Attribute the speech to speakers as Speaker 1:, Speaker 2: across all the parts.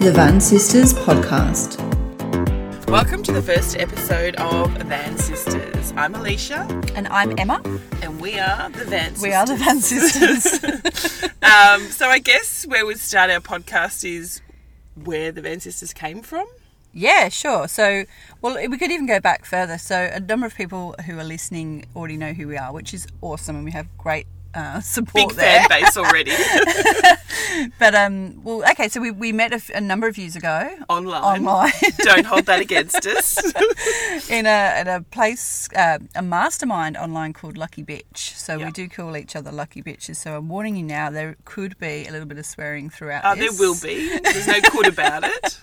Speaker 1: the Van Sisters podcast.
Speaker 2: Welcome to the first episode of Van Sisters. I'm Alicia,
Speaker 3: And I'm Emma.
Speaker 2: and we are the Van Sisters.
Speaker 3: We are the Van Sisters.
Speaker 2: Um, so I guess where we start our podcast is where the Van Sisters came from.
Speaker 3: yeah, sure. So, well, we could even go back further. So, a number of people who are listening already know who we are, which is awesome, and we have great uh, support
Speaker 2: Big
Speaker 3: there.
Speaker 2: fan base already.
Speaker 3: But um, well, okay. So we, we met a, f- a number of years ago
Speaker 2: Online.
Speaker 3: online
Speaker 2: Don't hold that against us. Uh,
Speaker 3: in a at a place uh, a mastermind online called Lucky Bitch. So
Speaker 2: Yeah.
Speaker 3: we do call each other Lucky Bitches. So I'm warning you now, there could be a little bit of swearing throughout.
Speaker 2: Uh, there
Speaker 3: this.
Speaker 2: will be. There's no good about it.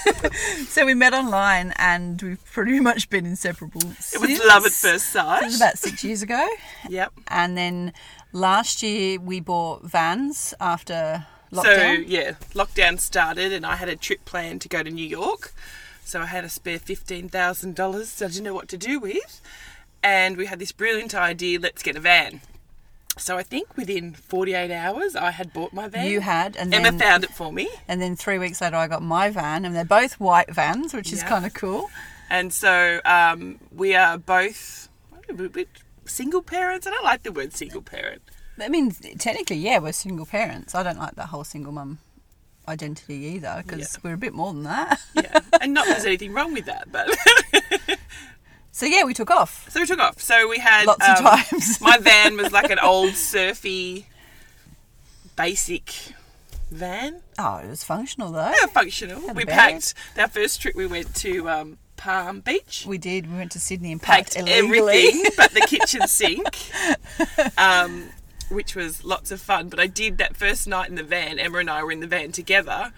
Speaker 3: So we met online, and we've pretty much been inseparable.
Speaker 2: It was love at first
Speaker 3: It
Speaker 2: sight.
Speaker 3: was about six years ago,
Speaker 2: Yep.
Speaker 3: and then last year we bought vans after
Speaker 2: So
Speaker 3: lockdown.
Speaker 2: yeah, lockdown started, and I had a trip planned to go to New York. So I had a spare fifteen thousand dollars. I didn't know what to do with, and we had this brilliant idea: let's get a van. So I think within forty-eight hours, I had bought my van.
Speaker 3: You had, and
Speaker 2: Emma
Speaker 3: then-
Speaker 2: found it for me,
Speaker 3: and then three weeks later, I got my van, and they're both white vans, which is
Speaker 2: Yeah.
Speaker 3: kind of cool.
Speaker 2: and so um, we are both we- we- single parents. I don't like the word single parent.
Speaker 3: I mean, technically, yeah, we're single parents. I don't like that whole single mum identity either, because
Speaker 2: Yeah.
Speaker 3: we're a bit more than that.
Speaker 2: Yeah, and not that there's anything wrong with that, but
Speaker 3: so yeah, we took off.
Speaker 2: so we took off. So we had
Speaker 3: Lots of
Speaker 2: um,
Speaker 3: times.
Speaker 2: my van was like an old surfy basic van
Speaker 3: Oh, it was functional though.
Speaker 2: they were functional
Speaker 3: Had a
Speaker 2: we
Speaker 3: bed.
Speaker 2: packed our first trip we went to um, palm beach
Speaker 3: We did. We went to Sydney and packed,
Speaker 2: packed
Speaker 3: illegally.
Speaker 2: everything but the kitchen sink um, which was lots of fun but i did that first night in the van emma and i were in the van together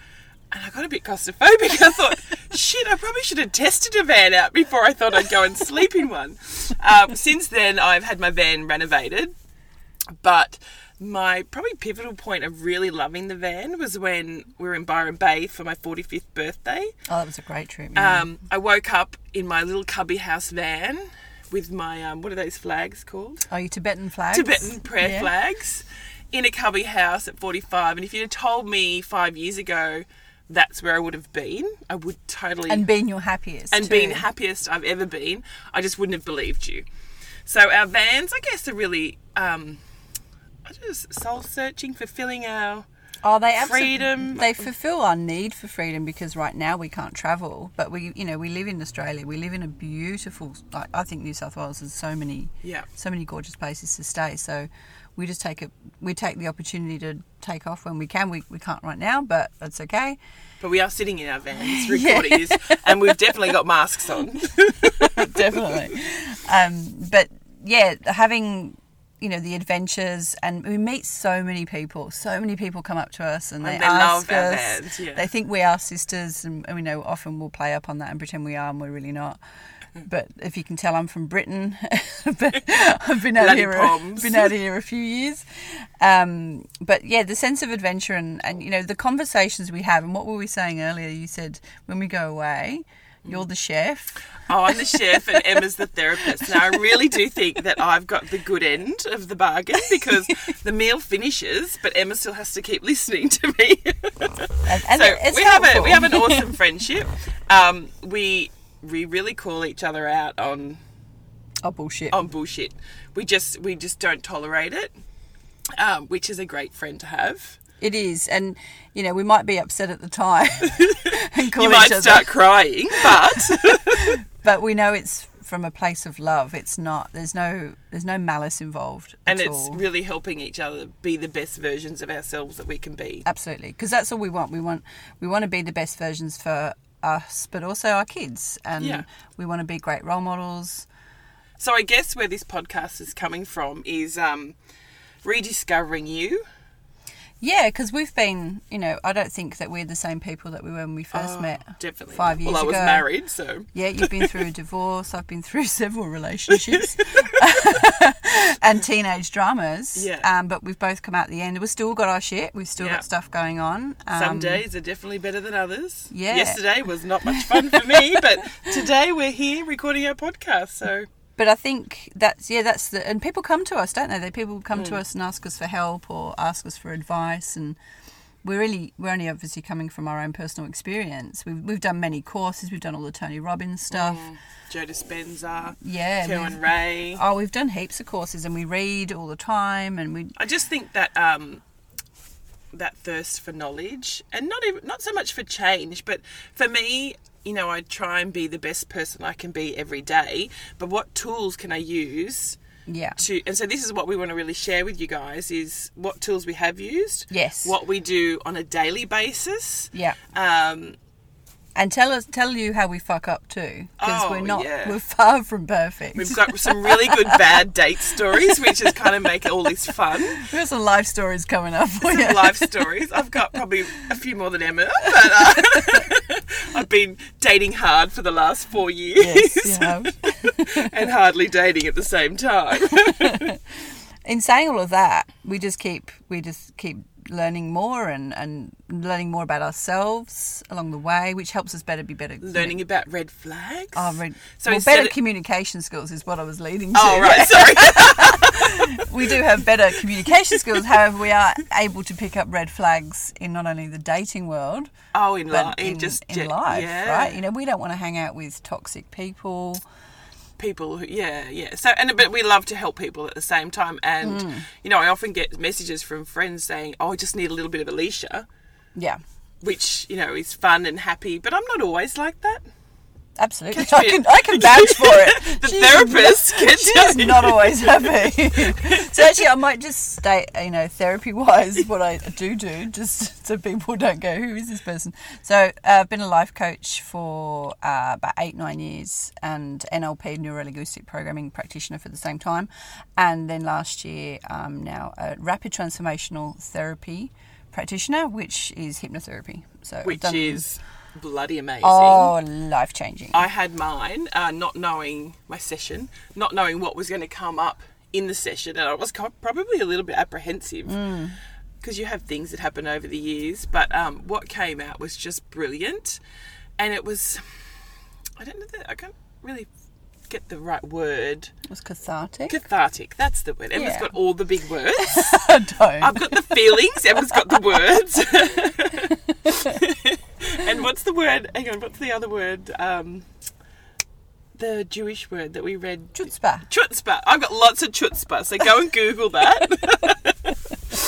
Speaker 2: and i got a bit claustrophobic i thought shit i probably should have tested a van out before i thought i'd go and sleep in one um, since then i've had my van renovated but my probably pivotal point of really loving the van was when we were in Byron Bay for my 45th birthday.
Speaker 3: Oh, that was a great trip. yeah.
Speaker 2: Um, I woke up in my little cubby house van with my, um, what are those flags called?
Speaker 3: oh, you Tibetan flags.
Speaker 2: Tibetan prayer
Speaker 3: Yeah.
Speaker 2: flags in a cubby house at 45. And if you'd have told me five years ago that's where I would have been, I would totally
Speaker 3: And being your happiest.
Speaker 2: and being
Speaker 3: too.
Speaker 2: the happiest I've ever been. I just wouldn't have believed you. So our vans, I guess, are really um, I just soul searching, fulfilling our
Speaker 3: Oh, they abso-
Speaker 2: Freedom.
Speaker 3: They fulfil our need for freedom because right now we can't travel, but we, you know, we live in Australia. We live in a beautiful. Like, I think New South Wales has so many,
Speaker 2: yeah.
Speaker 3: so many gorgeous places to stay. So we just take it. We take the opportunity to take off when we can. We we can't right now, but that's okay.
Speaker 2: But we are sitting in our vans recording this, and we've definitely got masks on.
Speaker 3: definitely. Um, but yeah, having you know the adventures, and we meet so many people. So many people come up to us and they,
Speaker 2: And they love
Speaker 3: ask
Speaker 2: our
Speaker 3: us.
Speaker 2: bands, yeah.
Speaker 3: They think we are sisters, and, and we know often we'll play up on that and pretend we are, and we're really not.
Speaker 2: Mm-hmm.
Speaker 3: But if you can tell, I'm from Britain. but I've been out
Speaker 2: Bloody
Speaker 3: here,
Speaker 2: poms.
Speaker 3: been out here a few years. Um, but yeah, the sense of adventure and, and you know the conversations we have. And what were we saying earlier? You said when we go away,
Speaker 2: Mm.
Speaker 3: you're the chef.
Speaker 2: Oh, I'm the chef, and Emma's the therapist. Now I really do think that I've got the good end of the bargain because the meal finishes, but Emma still has to keep listening to me.
Speaker 3: And, and
Speaker 2: so
Speaker 3: it's
Speaker 2: we have a,
Speaker 3: helpful.
Speaker 2: we have an awesome friendship. Um, we we really call each other out on
Speaker 3: oh bullshit.
Speaker 2: on bullshit. We just we just don't tolerate it, um, which is a great friend to have.
Speaker 3: It is, and you know we might be upset at the time and call
Speaker 2: You
Speaker 3: each
Speaker 2: might
Speaker 3: other,
Speaker 2: start crying, but
Speaker 3: but we know it's from a place of love. It's not. There's no. There's no malice involved
Speaker 2: and
Speaker 3: at
Speaker 2: it's
Speaker 3: all.
Speaker 2: really helping each other be the best versions of ourselves that we can be.
Speaker 3: Absolutely, because that's all we want. We want. We want to be the best versions for us, but also our kids, and
Speaker 2: Yeah.
Speaker 3: we want to be great role models.
Speaker 2: So I guess where this podcast is coming from is um, rediscovering you.
Speaker 3: Yeah, because we've been. You know, I don't think that we're the same people that we were when we first met.
Speaker 2: Oh, Definitely.
Speaker 3: Five years
Speaker 2: Well, I was
Speaker 3: ago.
Speaker 2: married, so
Speaker 3: Yeah, you've been through a divorce. I've been through several relationships and teenage dramas.
Speaker 2: Yeah.
Speaker 3: Um, but we've both come out the end. We've still got our shit. We've still
Speaker 2: Yeah.
Speaker 3: got stuff going on. Um,
Speaker 2: some days are definitely better than others.
Speaker 3: Yeah.
Speaker 2: Yesterday was not much fun for me, but today we're here recording our podcast. So
Speaker 3: But I think that's yeah, that's the and
Speaker 2: Mm.
Speaker 3: people come to us, don't they? They people come to us and ask us for help or ask us for advice and we're really we're only obviously coming from our own personal experience. We've we've done many courses. We've done all the Tony Robbins stuff.
Speaker 2: Joe Dispenza,
Speaker 3: Yeah.
Speaker 2: Karen
Speaker 3: we've-
Speaker 2: Ray.
Speaker 3: Oh, we've done heaps of courses and we read all the time and we
Speaker 2: I just think that um, that thirst for knowledge, and not even not so much for change, but for me, you know, I try and be the best person I can be every day. But what tools can I use
Speaker 3: yeah.
Speaker 2: to? And so this is what we want to really share with you guys: is what tools we have used,
Speaker 3: Yes.
Speaker 2: what we do on a daily basis.
Speaker 3: Yeah.
Speaker 2: Um,
Speaker 3: And tell us tell you how we fuck up too because
Speaker 2: Oh,
Speaker 3: we're not
Speaker 2: yeah.
Speaker 3: we're far from perfect.
Speaker 2: we've got some really good bad date stories, which is kind of make all this fun.
Speaker 3: We've got some life stories coming up for you.
Speaker 2: some life stories. I've got probably a few more than Emma, but uh, I've been dating hard for the last four years
Speaker 3: Yes, you have.
Speaker 2: and hardly dating at the same time.
Speaker 3: in saying all of that, we just keep we just keep learning more and and learning more about ourselves along the way, which helps us better be better.
Speaker 2: Learning about red flags.
Speaker 3: Our re-
Speaker 2: So
Speaker 3: well,
Speaker 2: instead
Speaker 3: better
Speaker 2: of-
Speaker 3: communication skills is what I was leading to.
Speaker 2: Oh right, sorry.
Speaker 3: We do have better communication skills, however, we are able to pick up red flags in not only the dating world,
Speaker 2: Oh, in,
Speaker 3: but
Speaker 2: li-
Speaker 3: in,
Speaker 2: in just
Speaker 3: in
Speaker 2: ge-
Speaker 3: life,
Speaker 2: yeah.
Speaker 3: right? You know, we don't want to hang out with toxic people.
Speaker 2: people who yeah yeah so and but we love to help people at the same time and you know i often get messages from friends saying oh i just need a little bit of alicia
Speaker 3: Yeah,
Speaker 2: which you know is fun and happy but i'm not always like that
Speaker 3: absolutely.
Speaker 2: Catch
Speaker 3: I
Speaker 2: me-
Speaker 3: can, I can vouch for it.
Speaker 2: The
Speaker 3: She's
Speaker 2: therapist can
Speaker 3: She's
Speaker 2: tell
Speaker 3: not always happy. so actually, I might just state, you know, therapy-wise, what I do do, just so people don't go, "Who is this person?" So uh, I've been a life coach for uh, about eight, nine years, and NLP neurolinguistic programming practitioner for the same time, and then last year, um, now a rapid transformational therapy practitioner, which is hypnotherapy. So I've
Speaker 2: which
Speaker 3: done-
Speaker 2: is bloody amazing
Speaker 3: oh, life changing.
Speaker 2: I had mine, uh, not knowing my session, not knowing what was going to come up in the session, and I was co- probably a little bit apprehensive
Speaker 3: Mm.
Speaker 2: because you have things that happen over the years. But um, what came out was just brilliant, and it was I don't know that I can't really get the right word
Speaker 3: It was cathartic.
Speaker 2: cathartic. That's the word. Emma's
Speaker 3: Yeah.
Speaker 2: got all the big words.
Speaker 3: I don't.
Speaker 2: I've got the feelings. Emma's got the words. and what's the word? Hang on. What's the other word? Um, the Jewish word that we read.
Speaker 3: Chutzpah.
Speaker 2: Chutzpah. I've got lots of chutzpah, so go and Google that.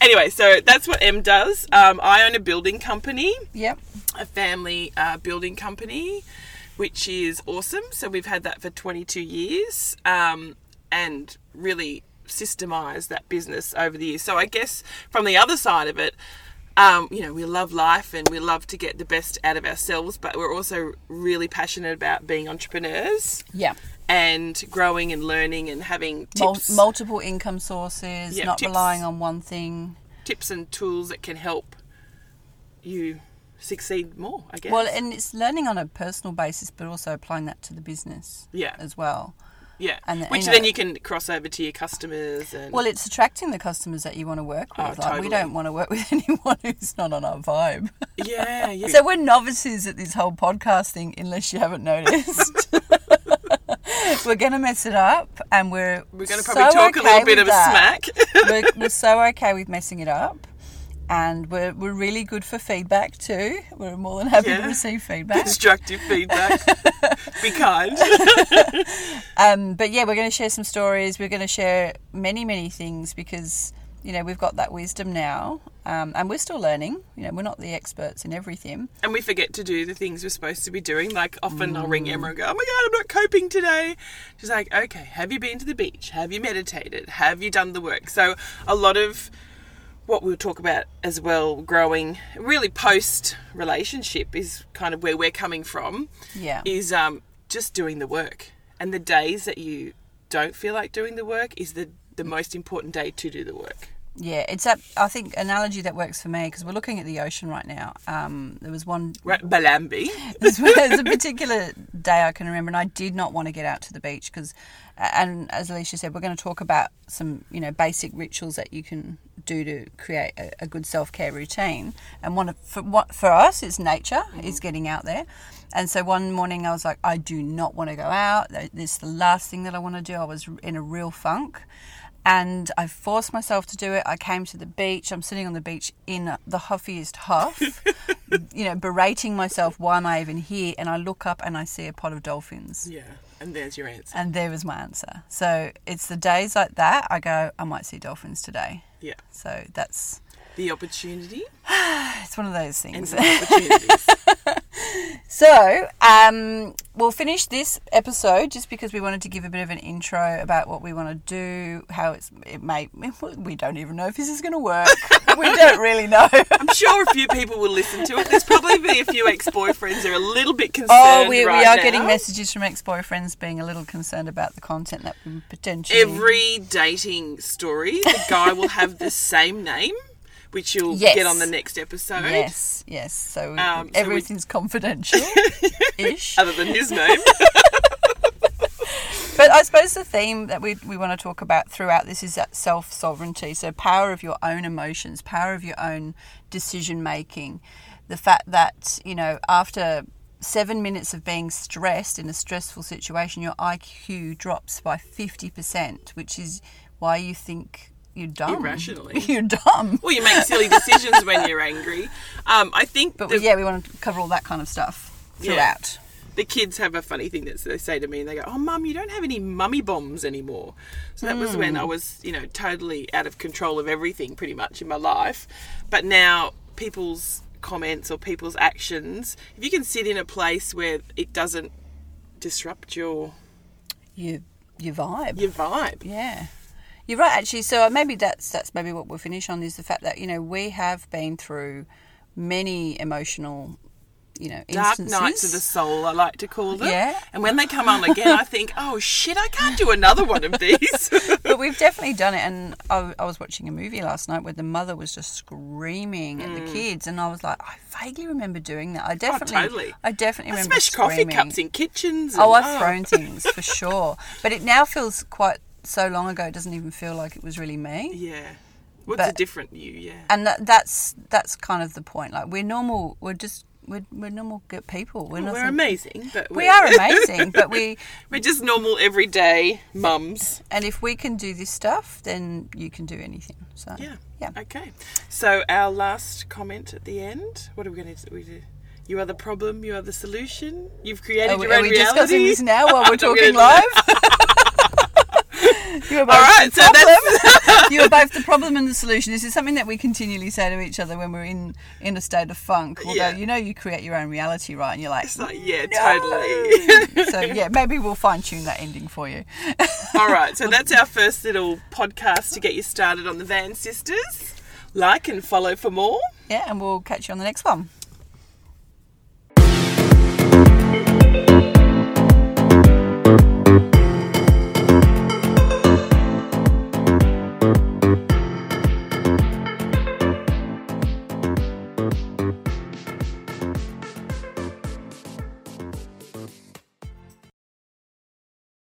Speaker 2: anyway, so that's what Em does. Um, I own a building company,
Speaker 3: Yep.
Speaker 2: a family uh, building company, which is awesome. So we've had that for 22 years um, and really systemized that business over the years. So I guess from the other side of it, um, you know, we love life and we love to get the best out of ourselves, but we're also really passionate about being entrepreneurs
Speaker 3: Yeah.
Speaker 2: and growing and learning and having
Speaker 3: Mul-
Speaker 2: tips,
Speaker 3: multiple income sources,
Speaker 2: Yeah,
Speaker 3: not
Speaker 2: tips.
Speaker 3: relying on one thing.
Speaker 2: tips and tools that can help you succeed more. I guess.
Speaker 3: Well, and it's learning on a personal basis, but also applying that to the business
Speaker 2: yeah,
Speaker 3: as well.
Speaker 2: yeah.
Speaker 3: and, you
Speaker 2: Which
Speaker 3: know-
Speaker 2: then you can cross over to your customers and
Speaker 3: Well, it's attracting the customers that you want to work with.
Speaker 2: Oh,
Speaker 3: like, we
Speaker 2: totally.
Speaker 3: don't want to work with anyone who's not on our vibe.
Speaker 2: yeah, yeah.
Speaker 3: So we're novices at this whole podcast thing, unless you haven't noticed. we're going to mess it up, and we're
Speaker 2: We're going to probably talk a little bit of
Speaker 3: smack.
Speaker 2: a smack.
Speaker 3: we're, we're so okay with messing it up and we're, we're really good for feedback too we're more than happy to
Speaker 2: Yeah.
Speaker 3: receive feedback
Speaker 2: Constructive feedback. Be kind.
Speaker 3: um, but yeah we're going to share some stories we're going to share many many things because you know we've got that wisdom now um, and we're still learning you know we're not the experts in everything
Speaker 2: and we forget to do the things we're supposed to be doing. Like often I'll ring Emma and go, "Oh my god, I'm not coping today." She's like, "Okay, have you been to the beach? Have you meditated? Have you done the work?" So a lot of what we'll talk about as well, growing really post relationship is kind of where we're coming from.
Speaker 3: Yeah.
Speaker 2: is um, just doing the work, and the days that you don't feel like doing the work is the the most important day to do the work.
Speaker 3: yeah it's that i think analogy that works for me because we're looking at the ocean right now um, there was one
Speaker 2: Right, Balambi.
Speaker 3: There's there's a particular day I can remember, and I did not want to get out to the beach because, and as Alicia said, we're going to talk about some you know basic rituals that you can do to create a, a good self care routine. And one of, for what for us is nature is getting out there. And so one morning I was like, I do not want to go out. This is the last thing that I want to do. I was in a real funk, and I forced myself to do it. I came to the beach. I'm sitting on the beach in the huffiest huff, you know, berating myself. Why am I even here? And I look up and I see a pod of dolphins.
Speaker 2: Yeah, and there's your answer.
Speaker 3: And there was my answer. So it's the days like that I go, I might see dolphins today.
Speaker 2: Yeah,
Speaker 3: So that's
Speaker 2: the opportunity
Speaker 3: it's one of those
Speaker 2: and
Speaker 3: things.
Speaker 2: the opportunities.
Speaker 3: So, um, we'll finish this episode just because we wanted to give a bit of an intro about what we want to do, how it's it may we don't even know if this is going to work. we don't really know.
Speaker 2: I'm sure a few people will listen to it. There's probably be a few ex-boyfriends who are a little bit concerned.
Speaker 3: Oh, we,
Speaker 2: right
Speaker 3: we are
Speaker 2: now.
Speaker 3: getting messages from ex-boyfriends being a little concerned about the content that we potentially
Speaker 2: Every dating story, the guy will have the same name, which you'll
Speaker 3: Yes.
Speaker 2: get on the next episode.
Speaker 3: Yes, yes. So we-
Speaker 2: Um, so we-
Speaker 3: everything's confidential ish.
Speaker 2: Other than his name.
Speaker 3: But I suppose the theme that we, we want to talk about throughout this is that self sovereignty. So, power of your own emotions, power of your own decision making. The fact that, you know, after seven minutes of being stressed in a stressful situation, your IQ drops by 50%, which is why you think you're dumb.
Speaker 2: Irrationally.
Speaker 3: You're dumb.
Speaker 2: well, you make silly decisions when you're angry. Um, I think
Speaker 3: But
Speaker 2: the,
Speaker 3: yeah, we want to cover all that kind of stuff
Speaker 2: Yeah.
Speaker 3: throughout.
Speaker 2: the kids have a funny thing that they say to me, and they go, "Oh, mum, you don't have any mummy bombs anymore." So that was
Speaker 3: Hmm.
Speaker 2: when I was, you know, totally out of control of everything, pretty much in my life. But now people's comments or people's actions, if you can sit in a place where it doesn't disrupt your
Speaker 3: Your, your vibe.
Speaker 2: your vibe,
Speaker 3: Yeah. You're right, actually. So uh, maybe that's that's maybe what we'll finish on is the fact that you know we have been through many emotional, you know,
Speaker 2: dark
Speaker 3: instances.
Speaker 2: nights of the soul, I like to call them.
Speaker 3: Yeah.
Speaker 2: And when they come on again, I think, oh shit, I can't do another one of these.
Speaker 3: but we've definitely done it. And I, I was watching a movie last night where the mother was just screaming at
Speaker 2: Mm.
Speaker 3: the kids, and I was like, I vaguely remember doing that. I definitely,
Speaker 2: Oh, totally.
Speaker 3: I
Speaker 2: I
Speaker 3: definitely remember
Speaker 2: smash coffee
Speaker 3: screaming.
Speaker 2: cups in kitchens. and-
Speaker 3: Oh, I've thrown things for sure, but it now feels quite so long ago. It doesn't even feel like it was really me.
Speaker 2: Yeah. What's a
Speaker 3: But-
Speaker 2: different you? Yeah.
Speaker 3: and that, that's that's kind of the point. Like we're normal. We're just we're, we're normal good people. We're
Speaker 2: Well,
Speaker 3: not.
Speaker 2: we're amazing, but
Speaker 3: we are amazing, but we
Speaker 2: we're just normal everyday mums.
Speaker 3: and if we can do this stuff, then you can do anything. So
Speaker 2: Yeah.
Speaker 3: yeah.
Speaker 2: Okay. So our last comment at the end. What are we going to we do? You are the problem. You are the solution. You've created
Speaker 3: Are we,
Speaker 2: your own
Speaker 3: are we
Speaker 2: reality.
Speaker 3: discussing this now while
Speaker 2: I'm
Speaker 3: we're
Speaker 2: not gonna
Speaker 3: talking
Speaker 2: do
Speaker 3: live?
Speaker 2: that.
Speaker 3: You're both
Speaker 2: All right.
Speaker 3: the
Speaker 2: So that's
Speaker 3: problem. you are both the problem and the solution. This is something that we continually say to each other when we're in in a state of funk. Although
Speaker 2: Yeah.
Speaker 3: you know you create your own reality, right? And you're like,
Speaker 2: it's like yeah, totally.
Speaker 3: "No." so yeah, maybe we'll fine tune that ending for you.
Speaker 2: All right. So that's our first little podcast to get you started on the Van Sisters. Like and follow for more.
Speaker 3: Yeah, and we'll catch you on the next one.